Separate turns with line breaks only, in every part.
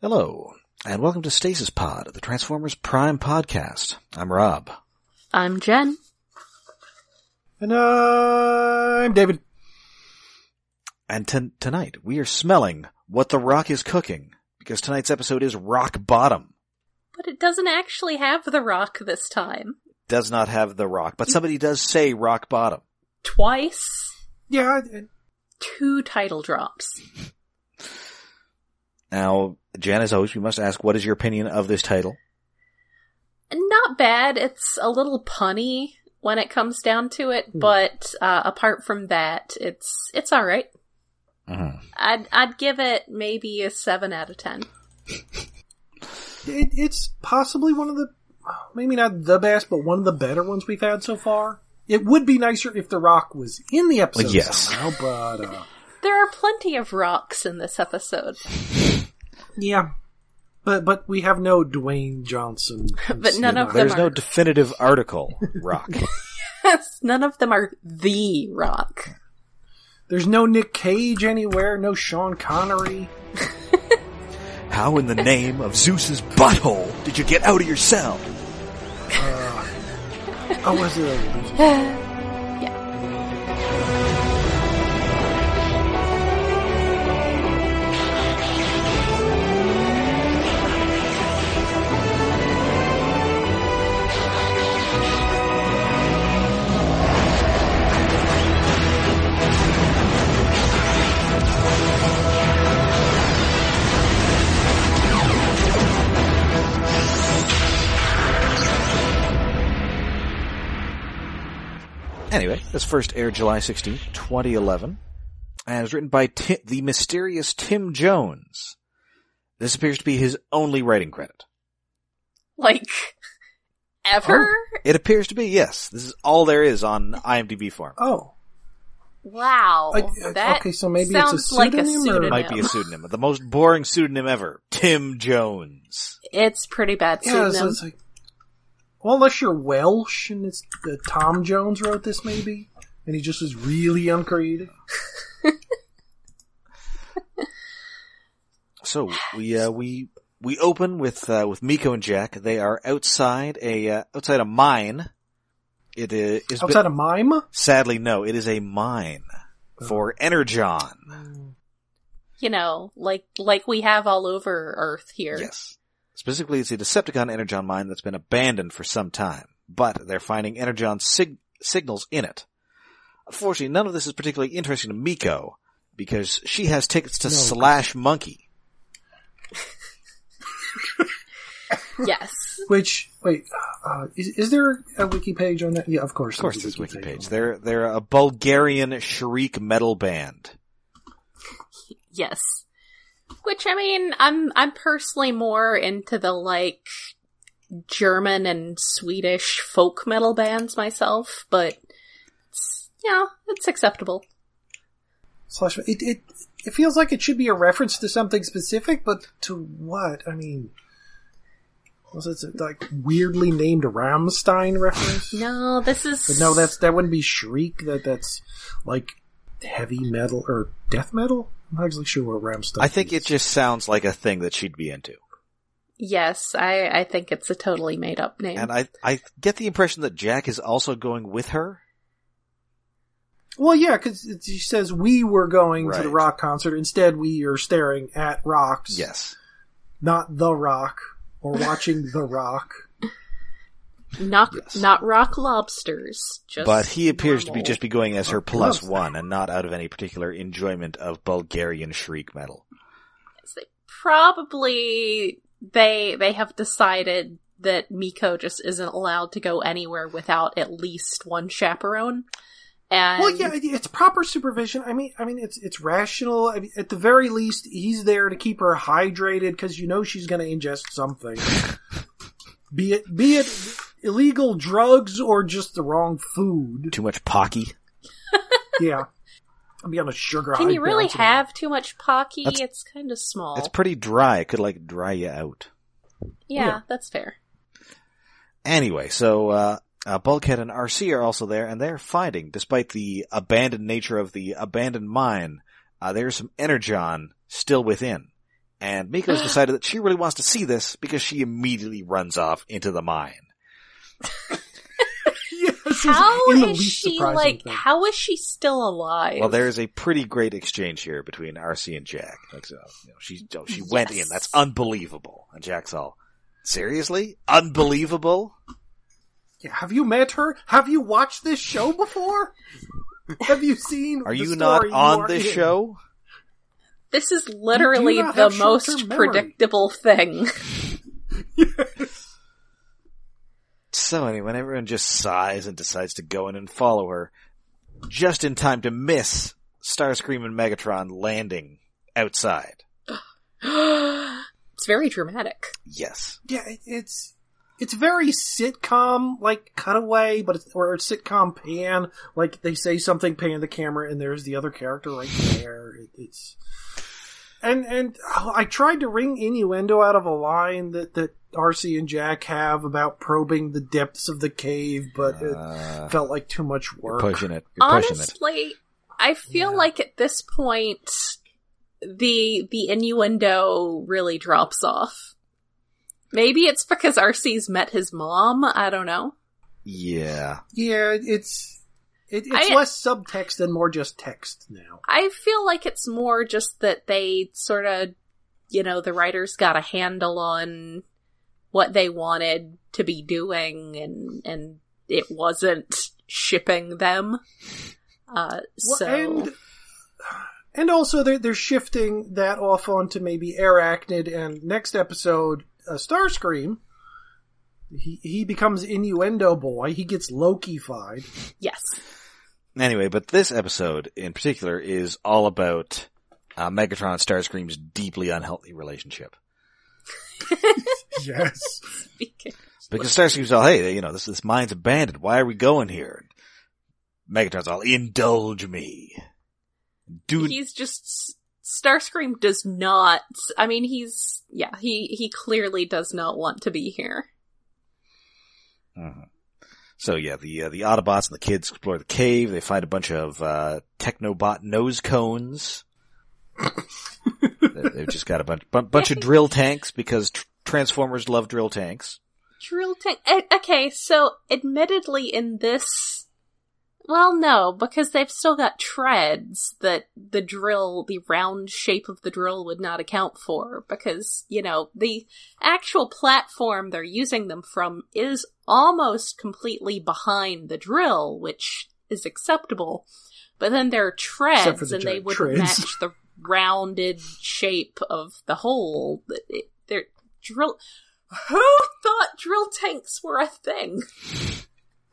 Hello, and welcome to Stasis Pod, the Transformers Prime podcast. I'm Rob.
I'm Jen.
And I'm David.
And ton tonight, we are smelling what The Rock is cooking, because tonight's episode is Rock Bottom.
But it doesn't actually have the rock this time.
Does not have The Rock, but somebody does say Rock Bottom.
Twice,
Yeah, I-
two title drops.
Now, Jan, as always, we must ask, what is your opinion of this title?
Not bad. It's a little punny when it comes down to
Hmm.
it, but uh, apart from that, it's it's all right.
Mhm.
I'd I'd give it maybe a seven out of ten.
it, it's possibly one of the, maybe not the best, but one of the better ones we've had so far. It would be nicer if The Rock was in the episode
Well, yes.
somehow, but uh,
There are plenty of rocks in this episode,
yeah. But but we have no Dwayne Johnson.
But none of them
them.
There's no
are-
definitive article, Rock.
none of them are the rock.
There's no Nick Cage anywhere. No Sean Connery.
How in the name of Zeus's butthole did you get out of your cell?
Oh, was it? a-
Anyway, this first aired July 16th, 2011, and it was written by Ti the mysterious Tim Jones. This appears to be his only writing credit.
Like ever?
Oh.
It appears to be, yes. This is all there is on IMDb form.
Oh,
Wow,
I- I-
that
okay, so maybe it's a
sounds like a
pseudonym or-
pseudonym.
Might be a pseudonym. The most boring pseudonym ever. Tim Jones.
It's pretty bad
yeah.
pseudonym.
It's, it's like, well, unless you're Welsh and it's uh, Tom Jones wrote this, maybe, and he just was really uncreative.
So we uh, we we open with uh, with Miko and Jack. They are outside a uh, outside a mine. It is is-
Outside of mime.
sadly no. It is a mine for energon.
you know, like like we have all over Earth here.
Yes, specifically it's a Decepticon energon mine that's been abandoned for some time, but they're finding energon sig- signals in it. Unfortunately, none of this is particularly interesting to Miko because she has tickets to
No.
Slash Monkey.
Yes.
Which wait, uh, is, is there a wiki page on that? Yeah, of course.
Of course, there's a wiki page. They're they're a Bulgarian shriek metal band.
Yes. Which I mean, I'm I'm personally more into the like German and Swedish folk metal bands myself, but it's, yeah, it's acceptable.
Slash. It, it it feels like it should be a reference to something specific, but to what? I mean, was it like weirdly named Ramstein reference?
No, this is
But no, that's that wouldn't be shriek. That that's like heavy metal or death metal. I'm not exactly sure what Ramstein.
I think
is.
it just sounds like a thing that she'd be into.
yes. I I think it's a totally made up name.
And I I get the impression that Jack is also going with her.
Well, yeah, because she says we were going to the
Right.
rock concert. Instead, we are staring at rocks.
Yes.
not The Rock or watching The Rock.
not
Yes.
not rock lobsters. Just
but he appears to be
normal.
just be going as her
Oh,
plus
plus.
one and not out of any particular enjoyment of Bulgarian shriek metal.
So probably they they have decided that Miko just isn't allowed to go anywhere without at least one chaperone. And
Well, yeah, it- it's proper supervision. I mean, I mean, it's it's rational. I mean, at the very least, he's there to keep her hydrated because you know she's going to ingest something, be it be it illegal drugs or just the wrong food.
Too much Pocky.
Yeah, I'll be on a sugar.
can
high
you really
down tonight.
have too much Pocky?
That's-
it's kind of small.
That's pretty dry. It could like dry you out.
yeah,
yeah.
that's fair.
Anyway, so uh, uh Bulkhead and RC are also there, and they're finding, despite the abandoned nature of the abandoned mine, uh, there's some energon still within, And Miko's decided that she really wants to see this because she immediately runs off into the mine.
yes, it's
How
in the
is
least
she
surprising
like?
thing.
How is she still alive?
Well, there is a pretty great exchange here between RC and Jack. Like, so, you know, she oh, she went in.
Yes.
That's unbelievable. And Jack's all, seriously, unbelievable.
Yeah, have you met her? Have you watched this show before? have you seen?
Are
the
you
story
not
you
on
are
this
in?
show?
This is literally
not
the
have
most
short-term memory.
predictable thing.
So anyway, everyone just sighs and decides to go in and follow her, just in time to miss Starscream and Megatron landing outside.
it's very dramatic.
Yes.
Yeah, it, it's it's very sitcom like cutaway, but it's, or it's sitcom pan. Like they say something, pan the camera, and there's the other character right there. It, it's and and oh, I tried to wring innuendo out of a line that that RC and Jack have about probing the depths of the cave, but it
Uh,
felt like too much
you're
work.
pushing it. You're pushing it.
Honestly, I feel
Yeah.
like at this point the the innuendo really drops off. Maybe it's because RC's met his mom, I don't know.
Yeah.
Yeah, it's it, it's
I-
less subtext and more just text now.
I feel like it's more just that they sort of, you know, the writers got a handle on what they wanted to be doing and and it wasn't shipping them. Uh
Well,
so
and and also they're they're shifting that off onto maybe Air Acted and next episode uh, Starscream. He he becomes innuendo boy. He gets Loki-fied.
yes.
Anyway, but this episode in particular is all about uh, Megatron and Starscream's deeply unhealthy relationship.
Yes.
Speaking
Because Starscream's all, hey, you know, this, this mine's abandoned. Why are we going here? Megatron's all, indulge me. Do,
he's just Starscream does not. I mean, he's yeah, he he clearly does not want to be here.
Mhm. So yeah, the uh, the Autobots and the kids explore the cave. They find a bunch of uh, Technobot nose cones. They- They've just got a bunch bu- bunch of drill tanks because tr- Transformers love drill tanks.
Drill tank. eh, Okay, so admittedly, in this, well, no, because they've still got treads that the drill, the round shape of the drill, would not account for. Because you know the actual platform they're using them from is almost completely behind the drill, which is acceptable. But then there are
Except for
treads,
the
and they
giant
would
treads.
match the rounded shape of the hole. It- it- They're drill. Who thought drill tanks were a thing?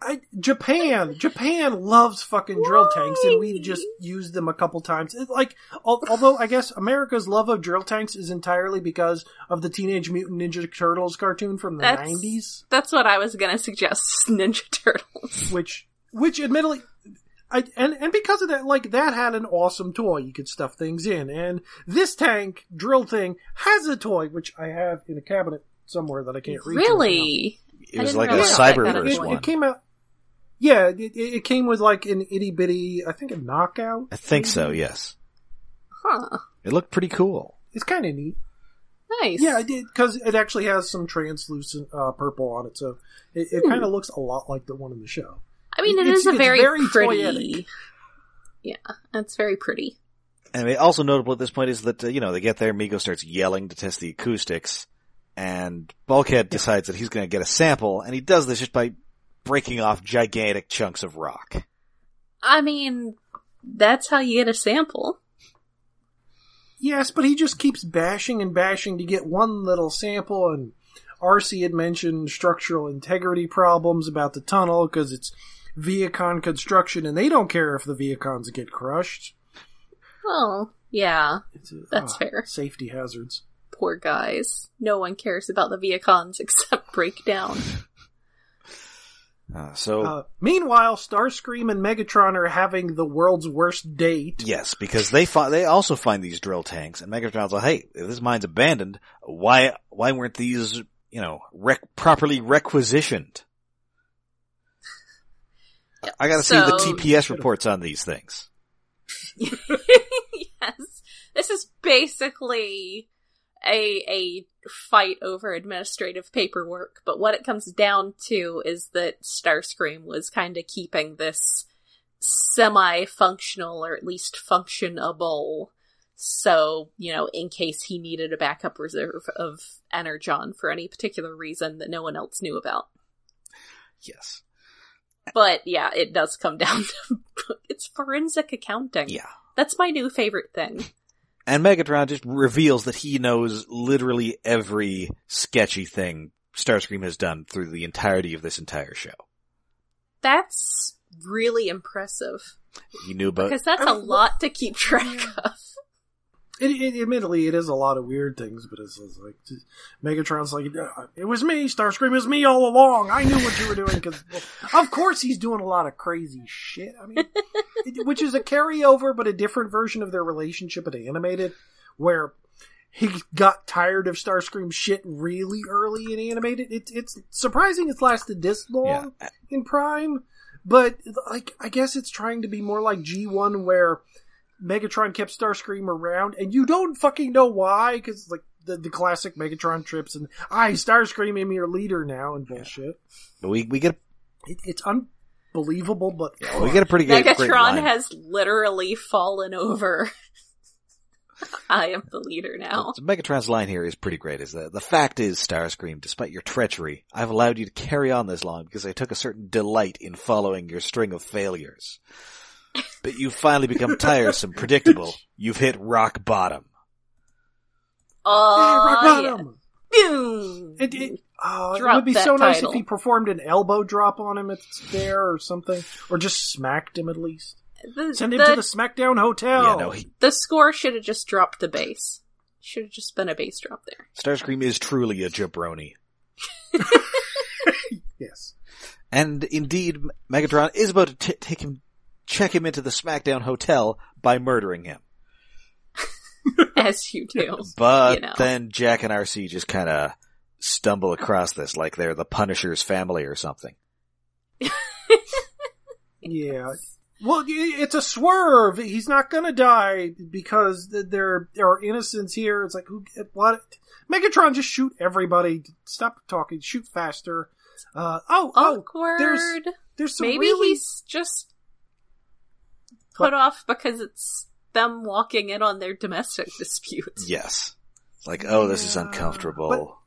I, Japan, Japan loves fucking drill tanks, and
Why?
we've just used them a couple times. It's like, al- although I guess America's love of drill tanks is entirely because of the Teenage Mutant Ninja Turtles cartoon from the
That's-
nineties,
That's what I was gonna suggest. Ninja Turtles.
which, which admittedly, I and and because of that, like that had an awesome toy you could stuff things in, and this tank drill thing has a toy which I have in a cabinet somewhere that I can't reach. right now.
Really?
It
I
was
didn't
like a
realize that got a
Cyberverse
It,
toy.
one.
it came out. Yeah, it, it- it came with like an itty bitty, I think a knockout.
I think so. Yes,
Huh.
it looked pretty cool.
It's kind of neat.
Nice.
Yeah, I did because it actually has some translucent uh, purple on it, so it,
Hmm.
it kind of looks a lot like the one in the show.
I mean, it
It's-
is a
it's
very,
very
pretty.
toyetic.
Yeah, that's very pretty.
Anyway, also notable at this point is that uh, you know they get there. Miko starts yelling to test the acoustics, and Bulkhead decides that he's going to get a sample, and he does this just by breaking off gigantic chunks of rock.
I mean, that's how you get a sample.
Yes, but he just keeps bashing and bashing to get one little sample. And RC had mentioned structural integrity problems about the tunnel because it's Viacon construction, and they don't care if the Viacons get crushed.
Well, Oh, yeah.
It's a,
That's
ah,
fair.
Safety hazards.
Poor guys. No one cares about the Viacons except Breakdown.
Uh, so
Uh, meanwhile, Starscream and Megatron are having the world's worst date.
Yes, because they fi- they also find these drill tanks, and Megatron's like, "Hey, if this mine's abandoned, why why weren't these you know rec- properly requisitioned?" I got to see
So-
the TPS reports on these things.
yes. This is basically a a fight over administrative paperwork, but what it comes down to is that Starscream was kind of keeping this semi-functional or at least functionable. So, you know, in case he needed a backup reserve of energon for any particular reason that no one else knew about.
Yes.
But yeah, it does come down to it's forensic accounting.
Yeah.
That's my new favorite thing.
And Megatron just reveals that he knows literally every sketchy thing Starscream has done through the entirety of this entire show.
That's really impressive.
He knew about
Because that's
I
a
mean,
lot to keep track of.
It, it, admittedly, it is a lot of weird things, but it's, it's like Megatron's like, "Uh, it was me, Starscream, it was me all along. I knew what you were doing because, of course, he's doing a lot of crazy shit. I mean, it, which is a carryover, but a different version of their relationship in animated, where he got tired of Starscream shit really early in animated. It's it's surprising it's lasted this long
Yeah.
in Prime, but like I guess it's trying to be more like G one where. Megatron kept Starscream around, and you don't fucking know why, because like the, the classic Megatron trips, and I Starscream am your leader now, and bullshit.
we we get
It, it's unbelievable, but
we get a pretty great, great
Megatron
line.
has literally fallen over. I am the leader now.
So Megatron's line here is pretty great. Is that the fact is, Starscream, despite your treachery, I've allowed you to carry on this long because I took a certain delight in following your string of failures. But you've finally become tiresome, predictable. You've hit rock bottom.
Yeah, rock
Oh, yeah.
bottom.
Boom.
It, it, oh, it
Drop
would be
that
so nice
title.
if he performed an elbow drop on him at there or something, or just smacked him at least.
the,
Send him
the,
to the SmackDown hotel.
Yeah, no, he,
the score should have just dropped the bass. Should have just been a bass drop there.
Starscream is truly a jabroni.
yes,
And indeed, Megatron is about to t- take him, check him into the SmackDown hotel by murdering him.
As you do.
But
You know.
then Jack and RC just kind of stumble across this like they're the Punisher's family or something.
yeah. Well, i- it's a swerve. He's not gonna die because th- there are innocents here. It's like who? What? Megatron, just shoot everybody. Stop talking. Shoot faster. Uh, oh, oh,
Awkward.
there's- there's some
Maybe
really
he's just put
What?
off because it's them walking in on their domestic disputes.
Yes. It's like, oh, this is
Yeah,
uncomfortable.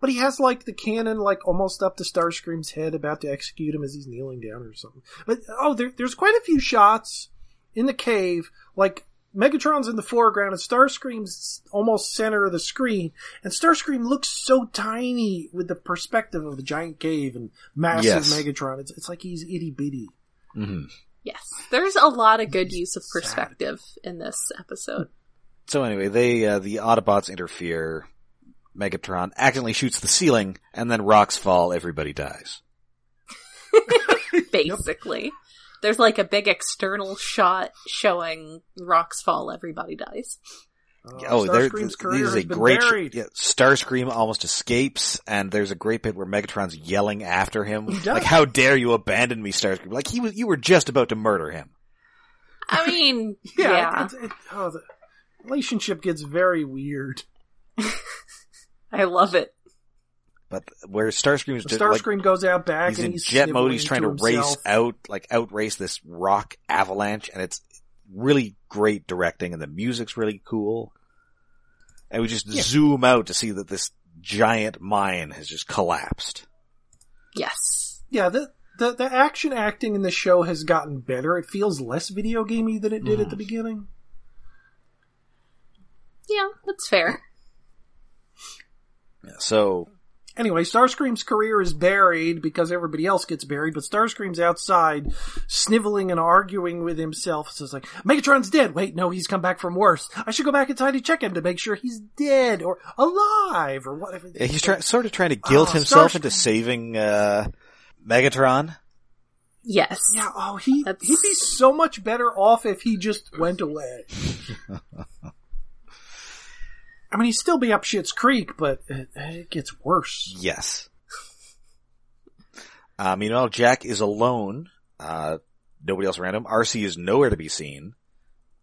But he has like the cannon like almost up to Starscream's head, about to execute him as he's kneeling down or something. But oh, there, there's quite a few shots in the cave. Like Megatron's in the foreground and Starscream's almost center of the screen, and Starscream looks so tiny with the perspective of the giant cave and massive
Yes.
Megatron. It's, it's like he's itty bitty.
hmm
Yes. There's a lot of good use of perspective in this episode.
So anyway, they, uh, the Autobots interfere. Megatron accidentally shoots the ceiling and then rocks fall. Everybody dies.
basically. There's like a big external shot showing rocks fall, everybody dies.
Uh,
oh, there,
Starscream's
this
career
is
has
a
been
great,
buried.
yeah, Starscream almost escapes and there's a great bit where Megatron's yelling after him.
He does.
Like, how dare you abandon me, Starscream? Like, he was, you were just about to murder him.
I mean,
Yeah,
yeah.
It, it, it, oh, the relationship gets very weird.
I love it.
But where Starscream is just like,
Starscream goes out back
he's
and
in
he's
jet mode. He's trying
sniveling
to, race
himself.
out, like outrace this rock avalanche, and it's really great directing, and the music's really cool. And we just
Yeah.
zoom out to see that this giant mine has just collapsed.
Yes.
Yeah, the, the the action acting in the show has gotten better. It feels less video gamey than it did
Mm.
at the beginning.
Yeah, that's fair.
So
Anyway, Starscream's career is buried because everybody else gets buried, but Starscream's outside sniveling and arguing with himself. So it's like, Megatron's dead. Wait, no, he's come back from worse. I should go back inside and check him to make sure he's dead or alive or whatever.
yeah, he's try- sort of trying to guilt
Oh,
himself
Starscream.
into saving uh, Megatron.
Yes.
Yeah, oh, he,
That's-
he'd be so much better off if he just went away. I mean, he'd still be up Shit's Creek, but it, it gets worse.
Yes. Uh, meanwhile, Jack is alone. Uh, nobody else around him. RC is nowhere to be seen.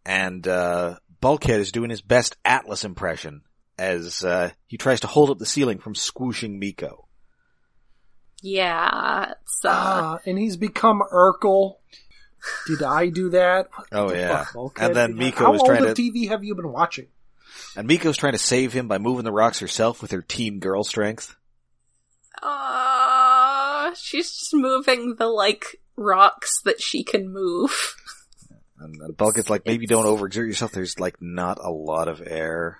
and uh, Bulkhead is doing his best Atlas impression as uh, he tries to hold up the ceiling from squooshing Miko.
Yeah, it's, uh,
Ah, and he's become Urkel. Did I do that? What
Oh,
the
yeah.
fuck, okay.
And then Miko
How
is
old
trying
of
to-
TV have you been watching?
And Miko's trying to save him by moving the rocks herself with her teen girl strength.
uh, she's just moving the like rocks that she can move.
And, and Bulkhead's like, maybe don't overexert yourself. There's like not a lot of air.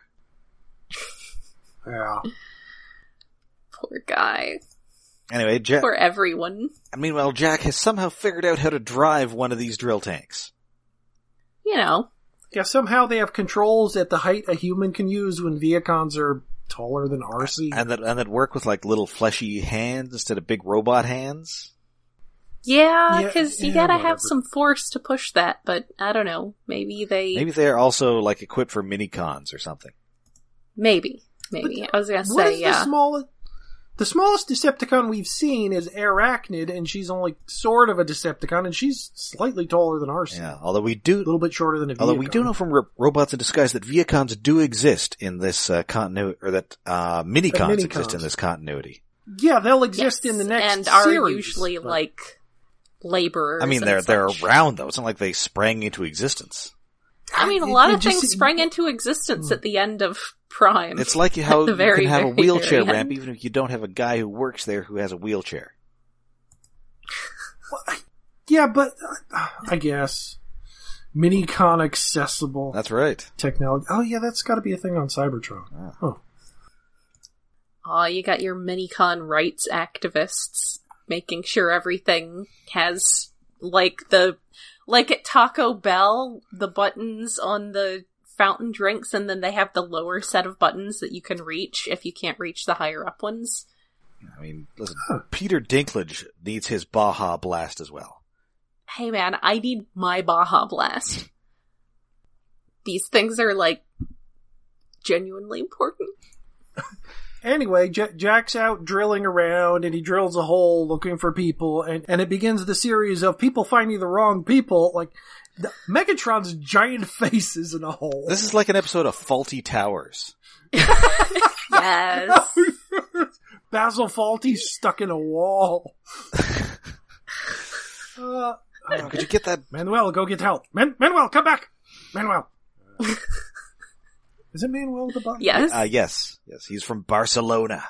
Yeah.
Poor guy.
Anyway, Jack.
Poor everyone.
Meanwhile, Jack has somehow figured out how to drive one of these drill tanks.
You know.
Yeah, somehow they have controls at the height a human can use when Viacons are taller than RC.
and that and that work with like little fleshy hands instead of big robot hands.
Yeah,
Yeah,
because you
yeah,
gotta
whatever.
have some force to push that, but I don't know. Maybe they.
Maybe they're also like equipped for mini cons or something.
Maybe. Maybe. I was gonna
What
say,
is the
yeah.
smallest? The smallest Decepticon we've seen is Arachnid, and she's only sort of a Decepticon, and she's slightly taller than Arcee,
Yeah. Although we
a
do,
little bit shorter than a.
although we
Viacon.
do know from Ro- Robots in Disguise that Viacons do exist in this uh, continuity, or that uh, mini cons exist
minicons.
in this continuity.
Yeah, they'll exist
Yes,
in the next
and are
series,
usually
but-
like laborers.
I mean,
and
they're they're
such.
around though. It's not like they sprang into existence.
I mean, a
It-
lot
it
of
just- Hmm.
things sprang into existence at the end of Prime.
It's like how
the
you
very,
can have a
very,
wheelchair
very
ramp
end.
even if you don't have a guy who works there who has a wheelchair.
Yeah, but uh, I guess minicon accessible
That's right.
technology. Oh yeah, that's got to be a thing on Cybertron.
Ah.
Oh,
Oh, you got your minicon rights activists making sure everything has like the like at Taco Bell, the buttons on the fountain drinks and then they have the lower set of buttons that you can reach if you can't reach the higher up ones.
I mean, listen,
Huh.
Peter Dinklage needs his Baja Blast as well.
Hey man, I need my Baja Blast. These things are like genuinely important.
Anyway, J- Jack's out drilling around and he drills a hole looking for people and, and it begins the series of people finding the wrong people. Like, the, Megatron's giant face is in a hole.
This is like an episode of Faulty Towers.
Yes.
Basil Fawlty's stuck in a wall. uh,
Oh, could you get that?
Manuel, go get help. Man- Manuel, come back! Manuel! is it Manuel the button?
yes.
Uh, yes, yes, he's from Barcelona.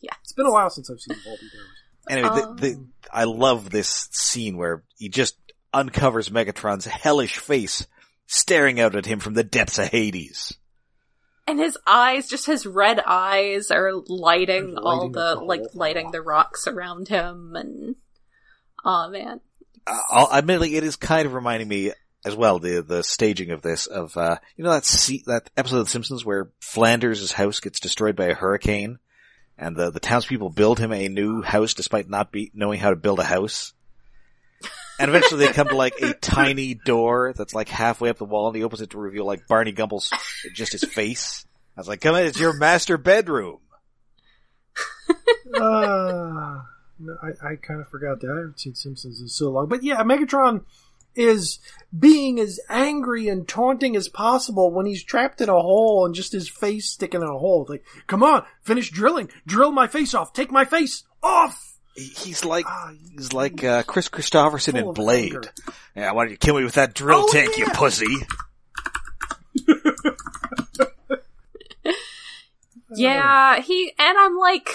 It's been a while since I've seen Fawlty Towers.
Anyway,
Oh.
the, the, I love this scene where he just uncovers Megatron's hellish face, staring out at him from the depths of Hades.
And his eyes, just his red eyes, are lighting,
Lighting
all
up
the,
the
like
whole-
lighting the rocks around him, and oh man,
Uh, I'll- admittedly, it is kind of reminding me as well the the staging of this of uh, you know that se- that episode of The Simpsons where Flanders' house gets destroyed by a hurricane, and the the townspeople build him a new house despite not be knowing how to build a house. And eventually they come to like a tiny door that's like halfway up the wall and he opens it to reveal like Barney Gumble's just his face. I was like, come in, it's your master bedroom.
uh, no, I, I kind of forgot that. I haven't seen Simpsons in so long. But yeah, Megatron is being as angry and taunting as possible when he's trapped in a hole and just his face sticking in a hole. It's Like, come on, finish drilling. Drill my face off. Take my face off.
He- He's like,
Ah,
he's like, uh, Chris Christopherson
full
in
of
Blade.
anger.
Yeah, why don't you kill me with that drill
Oh,
tank, you
yeah.
pussy?
yeah, he and I'm like,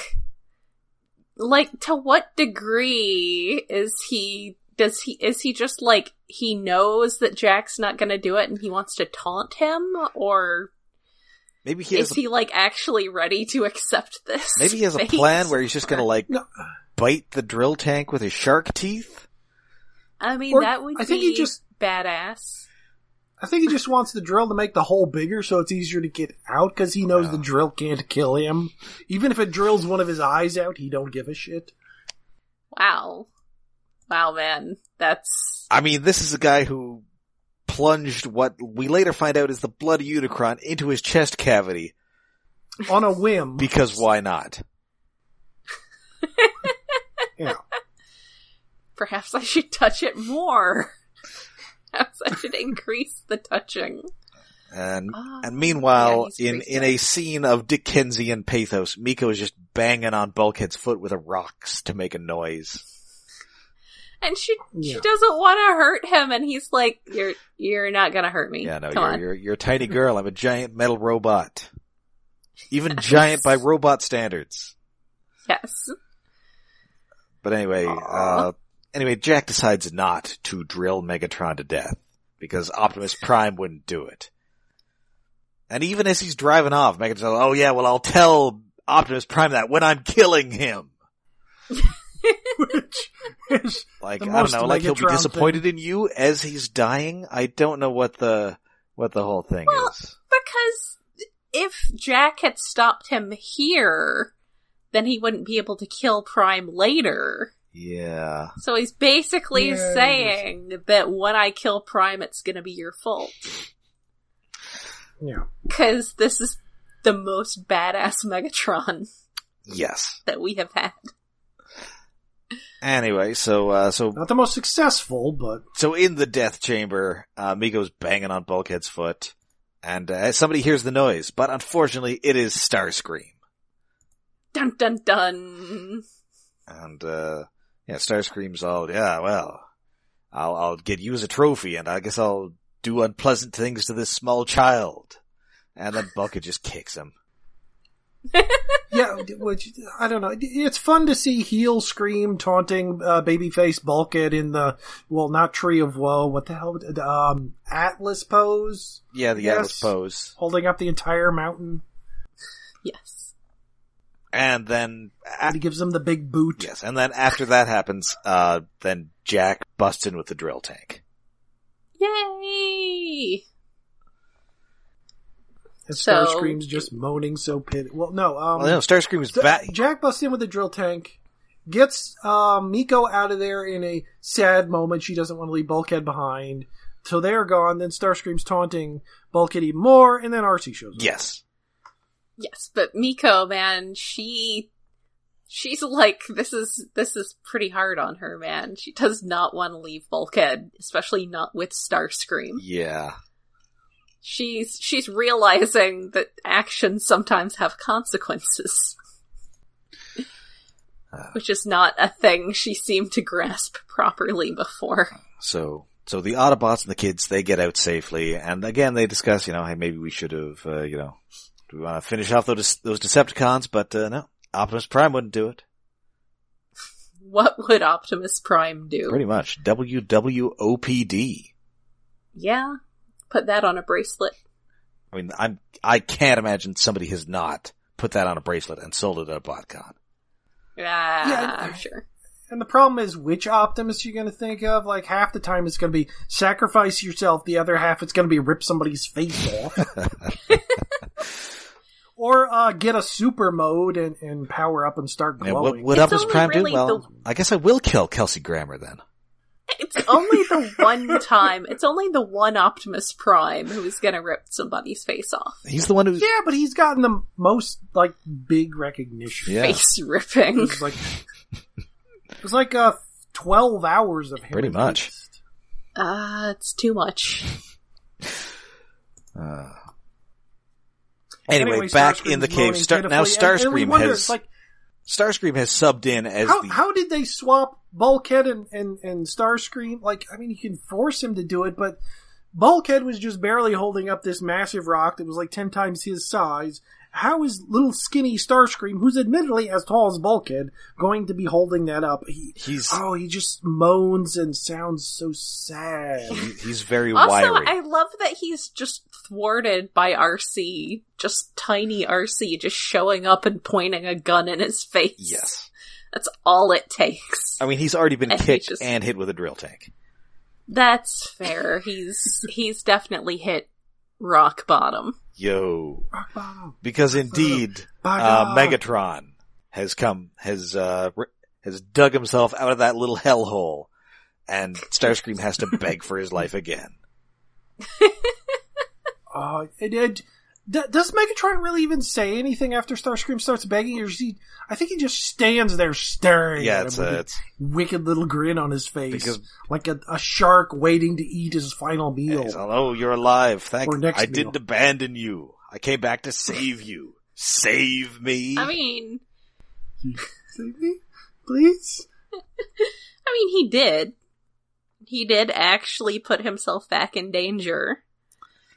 like to what degree is he? Does he is he just like he knows that Jack's not gonna do it and he wants to taunt him, or
Maybe he has
is
a,
he like actually ready to accept this?
maybe he has a
fate?
plan where he's just gonna like
No.
bite the drill tank with his shark teeth.
I mean,
Or-
that would
I think
be
he just-
badass.
I think he just wants the drill to make the hole bigger so it's easier to get out because he knows
Yeah.
the drill can't kill him. Even if it drills one of his eyes out, he don't give a shit.
Wow. Wow, man. That's.
I mean, this is a guy who plunged what we later find out is the blood of Unicron into his chest cavity
On a whim.
because why not?
yeah.
Perhaps I should touch it more. How such an increase the touching.
And
Ah.
and meanwhile,
Yeah, he's
in
pretty
in a scene of Dickensian pathos, Miko is just banging on Bulkhead's foot with a rocks to make a noise.
and she
Yeah.
she doesn't want to hurt him, and he's like, "You're you're not gonna hurt me.
Yeah, no,
come
you're,
on."
you're you're a tiny girl. I'm a giant metal robot. Even giant by robot standards.
Yes,
But anyway,
Aw.
uh, anyway, Jack decides not to drill Megatron to death because Optimus Prime wouldn't do it. And even as he's driving off, Megatron's like, oh yeah, well I'll tell Optimus Prime that when I'm killing him.
Which is
Like,
The
I don't
most
know, like he'll be
Megatron thing.
disappointed in you as he's dying. I don't know what the, what the whole thing
Well,
is.
because if Jack had stopped him here, then he wouldn't be able to kill Prime later.
Yeah.
So he's basically
Yeah, I guess.
saying that when I kill Prime, it's gonna be your fault.
yeah.
Because this is the most badass Megatron
Yes.
that we have had.
Anyway, so, uh, so
Not the most successful, but
So in the death chamber, uh, Miko's banging on Bulkhead's foot, and uh, somebody hears the noise, but unfortunately it is Starscream.
Dun dun dun.
And, uh, yeah, Starscream's all, yeah, well, I'll, I'll get you as a trophy, and I guess I'll do unpleasant things to this small child. And then Bulkhead just kicks him.
yeah, which I don't know. It's fun to see heel scream taunting uh, babyface bulkhead in the well, not tree of woe. What the hell? Um, Atlas pose,
Yeah, the
Yes.
Atlas pose.
holding up the entire mountain.
Yes.
And then, a-
And he gives him the big boot.
yes, and then after that happens, uh, then Jack busts in with the drill tank.
Yay!
And
So-
Star screams just moaning so pity. Well, no. Um,
well, no, Starscream is
Th-
back.
Jack busts in with a drill tank, gets uh, Miko out of there in a sad moment. She doesn't want to leave Bulkhead behind. So they're gone. Then Starscream's taunting Bulkhead even more, and then RC shows up.
Yes.
Yes, but Miko, man, she she's like this is this is pretty hard on her, man. She does not want to leave Bulkhead, especially not with Starscream.
Yeah.
She's she's realizing that actions sometimes have consequences.
Ah.
Which is not a thing she seemed to grasp properly before.
So, so the Autobots and the kids, they get out safely, and again, they discuss, you know, hey, maybe we should have, uh, you know, do we want to finish off those, those Decepticons, but, uh, no. Optimus Prime wouldn't do it.
What would Optimus Prime do?
Pretty much. WWOPD.
yeah, put that on a bracelet.
I mean, I'm, I can't imagine somebody has not put that on a bracelet and sold it at a BotCon.
Yeah,
Yeah,
Ah, I'm sure.
And the problem is, which Optimus you're going to think of? Like half the time, it's going to be sacrifice yourself. The other half, it's going to be rip somebody's face off. Or uh, get a super mode and, and power up and start
Yeah,
glowing.
what would
It's
Optimus
only
Prime
really
do? Well,
the-
I guess I will kill Kelsey Grammer then.
It's only the one time. It's only the one Optimus Prime who is going to rip somebody's face off.
He's the one who's,
Yeah, but he's gotten the most like big recognition.
yeah,
Face ripping.
It was like it was like uh, twelve hours of him.
Pretty
at
much.
least.
Ah, it's too much.
Uh, Anyway, back
Starscream's
in the cave.
moaning
Star- now
pitifully, and- and we
Starscream
wonder,
has
like
Starscream has subbed in as
how,
the
how did they swap Bulkhead and, and and Starscream? Like, I mean, you can force him to do it, but Bulkhead was just barely holding up this massive rock that was like ten times his size. How is little skinny Starscream, who's admittedly as tall as Bulkhead, going to be holding that up? He,
he's
Oh, he just moans and sounds so sad.
he- he's very
Also,
wiry.
I love that he's just thwarted by RC, just tiny RC, just showing up and pointing a gun in his face.
Yes.
That's all it takes.
I mean, he's already been
And he
kicked
just-
and hit with a drill tank.
That's fair. He's he's definitely hit rock bottom.
Yo.
Rock bottom.
Because indeed,
Bye,
uh,
God.
Megatron has come, has, uh, r- has dug himself out of that little hellhole and Starscream has to beg for his life again.
Uh, it, it, D- does Megatron really even say anything after Starscream starts begging, or is he? I think he just stands there staring.
Yeah,
at
it's,
him with
uh,
a
it's
wicked little grin on his face,
Because-
like a, a shark waiting to eat his final meal.
It's, oh, you're alive. Thank
Or next
I
meal.
didn't abandon you. I came back to save you. Save me.
I mean,
Save me, please.
I mean, he did. He did actually put himself back in danger.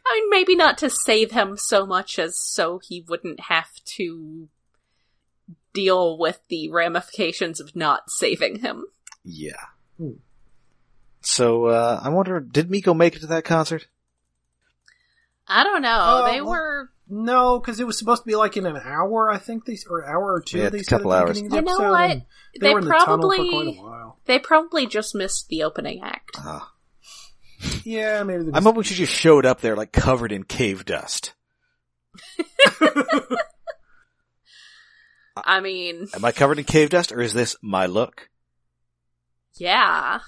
I mean, maybe not to save him so much as so he wouldn't have to deal with the ramifications of not saving him.
yeah.
Hmm.
So uh, I wonder, did Miko make it to that concert?
I don't know.
Oh,
they
well-
were.
No, because it was supposed to be like in an hour, I think they or hour or two.
Yeah,
they
a
said at
couple
the
hours.
beginning of the
You know
episode,
what?
and They,
They
were in the tunnel for
probably-
quite a while.
They probably just missed the opening act.
Ah.
Yeah, maybe. They
I'm hoping she just showed up there like covered in cave dust.
I mean,
Am I covered in cave dust, or is this my look? Uh,
yeah.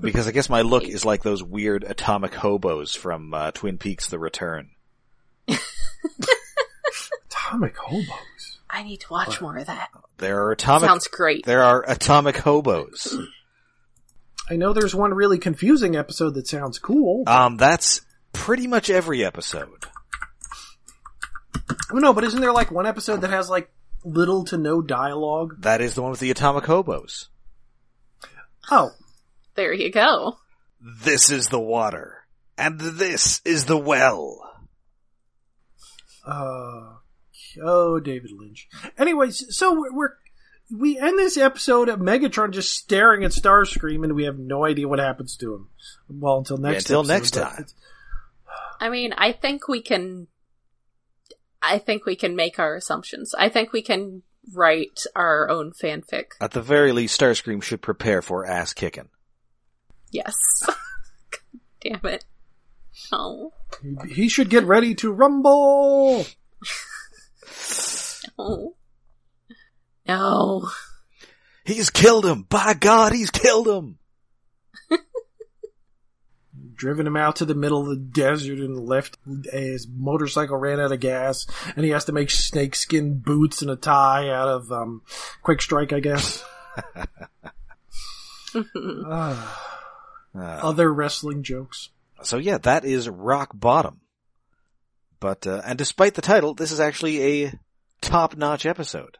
Because I guess my look is like those weird atomic hobos from uh, Twin Peaks: The Return.
atomic hobos.
I need to watch more of that.
There are atomic.
Sounds great.
there are atomic hobos.
I know there's one really confusing episode that sounds cool.
Um, that's pretty much every episode.
Oh, no, but isn't there like one episode that has like little to no dialogue?
That is the one with the atomic hobos.
Oh,
There you go.
This is the water, and this is the well.
uh, oh, David Lynch. Anyways, so we're, we're we end this episode of Megatron just staring at Starscream, and we have no idea what happens to him. Well, until next
until
episode,
next
but
time.
it's-
I mean, I think we can. I think we can make our assumptions. I think we can write our own fanfic.
At the very least, Starscream should prepare for ass kicking.
Yes. God damn it. Oh.
He, he should get ready to rumble.
No. No.
He's killed him! By God, he's killed him!
Driven him out to the middle of the desert and left. His motorcycle ran out of gas, and he has to make snakeskin boots and a tie out of um, Quick Strike, I guess. Ah.
Uh,
other wrestling jokes.
so yeah, that is rock bottom. But, uh, and despite the title, this is actually a top-notch episode.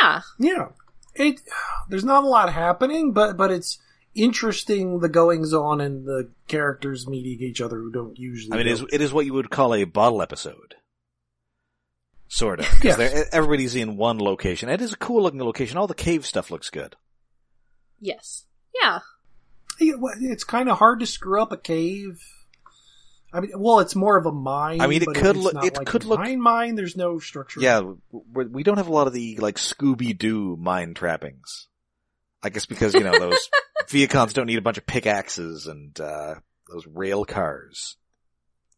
yeah.
Yeah, it. There's not a lot happening, but but it's interesting the goings on and the characters meeting each other who don't usually.
I mean, it is,
go.
it is what you would call a bottle episode. Sort of.
Yes.
Because everybody's in one location. It is a cool looking location. All the cave stuff looks good.
Yes. Yeah.
Yeah, well, it's kind of hard to screw up a cave. I mean, well, it's more of a mine.
I mean, it
but
could
it's
look-
not
it
like
could
a
look-
mine. Mine. There's no structure.
Yeah, w- w- we don't have a lot of the like Scooby Doo mine trappings. I guess because you know those Viacons don't need a bunch of pickaxes and uh those rail cars.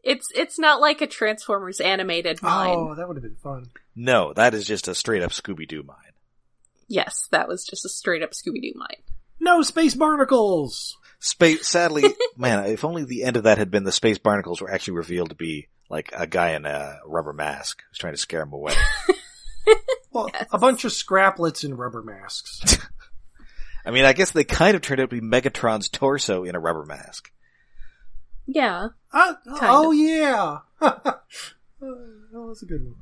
It's it's not like a Transformers animated mine.
Oh, that would have been fun.
No, that is just a straight up Scooby Doo mine.
Yes, that was just a straight up Scooby Doo mine.
No space barnacles.
Space. Sadly, man, if only the end of that had been the space barnacles were actually revealed to be like a guy in a rubber mask who's trying to scare him away.
Well, a bunch of scraplets and rubber masks.
I mean, I guess they kind of turned out to be Megatron's torso in a rubber mask.
Yeah.
Ah, oh
of.
yeah, that was a good one.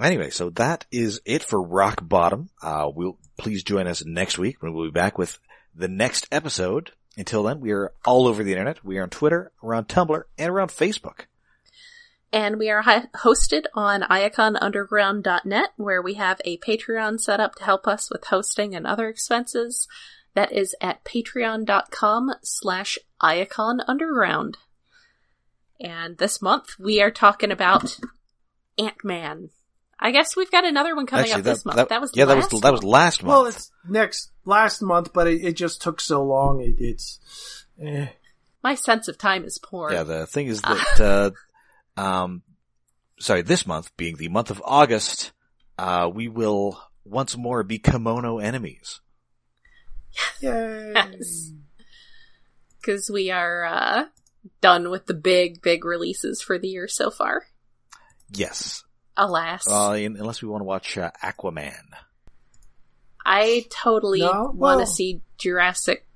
Anyway, so that is it for Rock Bottom. Uh, we'll please join us next week when we'll be back with the next episode. Until then, we are all over the internet. We are on Twitter, we're on Tumblr, and we're on Facebook.
And we are hi- hosted on iaconunderground.net, where we have a Patreon set up to help us with hosting and other expenses. That is at patreon.com slash iaconunderground. And this month we are talking about Ant-Man. I guess we've got another one coming up this month. That, was
yeah,
last
that was that was
month.
last month.
Well, it's next last month, but it, it just took so long. It, it's eh.
My sense of time is poor.
Yeah, the thing is that, uh, um, sorry, this month being the month of August, uh, we will once more be kimono enemies.
yay.
Yes. because we are uh, done with the big, big releases for the year so far.
Yes.
Alas,
Uh, in- unless we want to watch uh, Aquaman.
I totally
No,
want
well-
to see Jurassic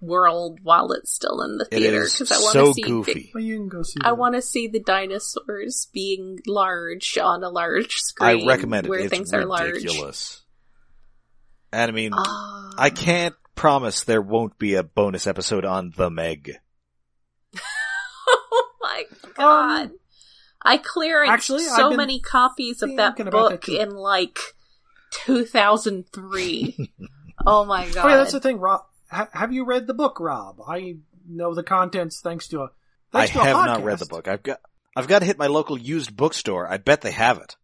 World while it's still in the
It
theater
is
I want
so
to see.
goofy.
big-
Well, you can go see.
I
that.
want to see the dinosaurs being large on a large screen.
I recommend it.
where
it's
things are large.
ridiculous. And I mean,
Ah.
I can't promise there won't be a bonus episode on The Meg.
oh my god. I clearanced
Um, actually, I've
so
been
many copies of that
thinking about that
book
too.
in like 2003. oh my god.
Oh yeah, that's the thing, Rob. Ha- have you read the book, Rob? I know the contents thanks to a.
I
Thanks to a
have not
podcast.
read the book. I've got, I've got to hit my local used bookstore. I bet they have it.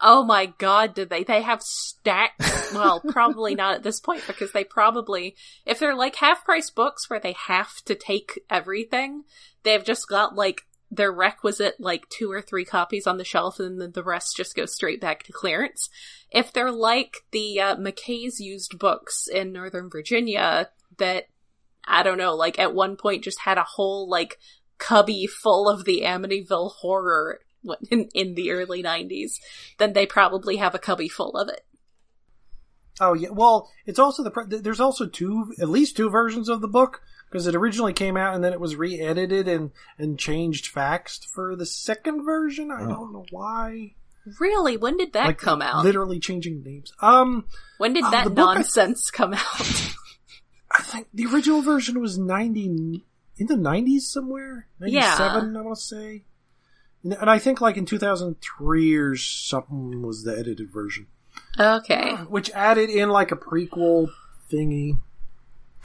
oh my god, did they? They have stacks. well, probably not at this point because they probably, if they're like half price books where they have to take everything, they've just got like their requisite like two or three copies on the shelf and then the rest just go straight back to clearance. if they're like the uh, McKay's used books in Northern Virginia that I don't know, like at one point just had a whole like cubby full of the Amityville horror in, in the early '90s, then they probably have a cubby full of it.
Oh yeah, well, it's also the pre- th- there's also two, at least two versions of the book because it originally came out and then it was re-edited and and changed facts for the second version. I
Oh.
don't know why.
Really, when did that
Like,
come out?
Literally changing names. Um,
when did
uh, the
that
book I-
nonsense come out?
I think the original version was ninety in the nineties somewhere.
Yeah.
Ninety-seven, I want to say. And- And I think like in two thousand three or something was the edited version.
okay,
which added in like a prequel thingy,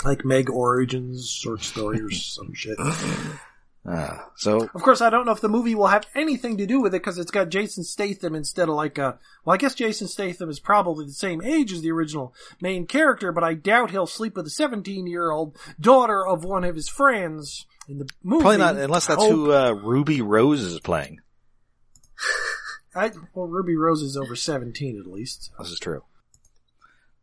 like Meg Origins short story or some shit. Of
Uh, so
course, I don't know if the movie will have anything to do with it because it's got Jason Statham instead of like a. Well, I guess Jason Statham is probably the same age as the original main character, but I doubt he'll sleep with a 17 year old daughter of one of his friends in the movie.
probably not, unless that's
I hope.
who uh, Ruby Rose is playing.
I, well, Ruby Rose is over 17 at least.
This is true.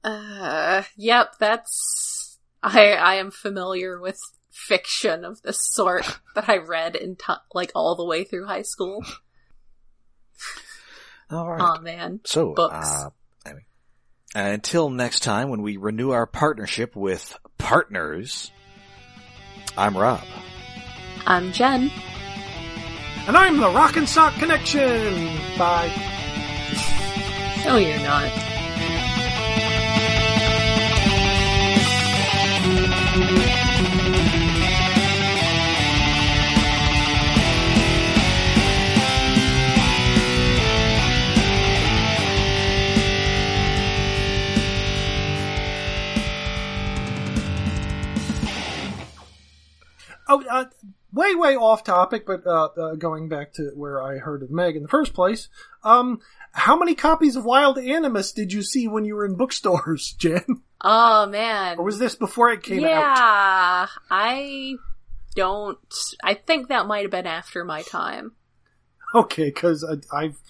Uh, yep, that's I I am familiar with fiction of this sort that I read in t- like all the way through high school.
All right.
Oh man.
So,
Books.
uh, I mean, until next time when we renew our partnership with partners, I'm Rob.
I'm Jen.
And I'm the Rock and Sock Connection! Bye.
No, you're not.
Oh, uh, way, way off topic, but uh, uh, going back to where I heard of Meg in the first place. Um, how many copies of Wild Animus did you see when you were in bookstores, Jen?
Oh man.
Or was this before it came out?
yeah, I don't. I think that might have been after my time.
Okay, because I've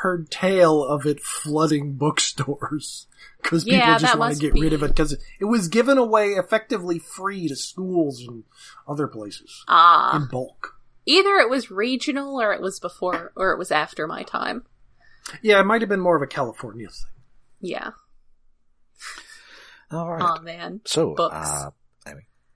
heard tale of it flooding bookstores because people
Yeah,
just
that
want to
must
get rid of
be-
it because it was given away effectively free to schools and other places
Ah,
in bulk.
either it was regional or it was before or it was after my time.
Yeah, it might have been more of a California thing.
Yeah.
All right.
Oh man.
so,
books.
uh,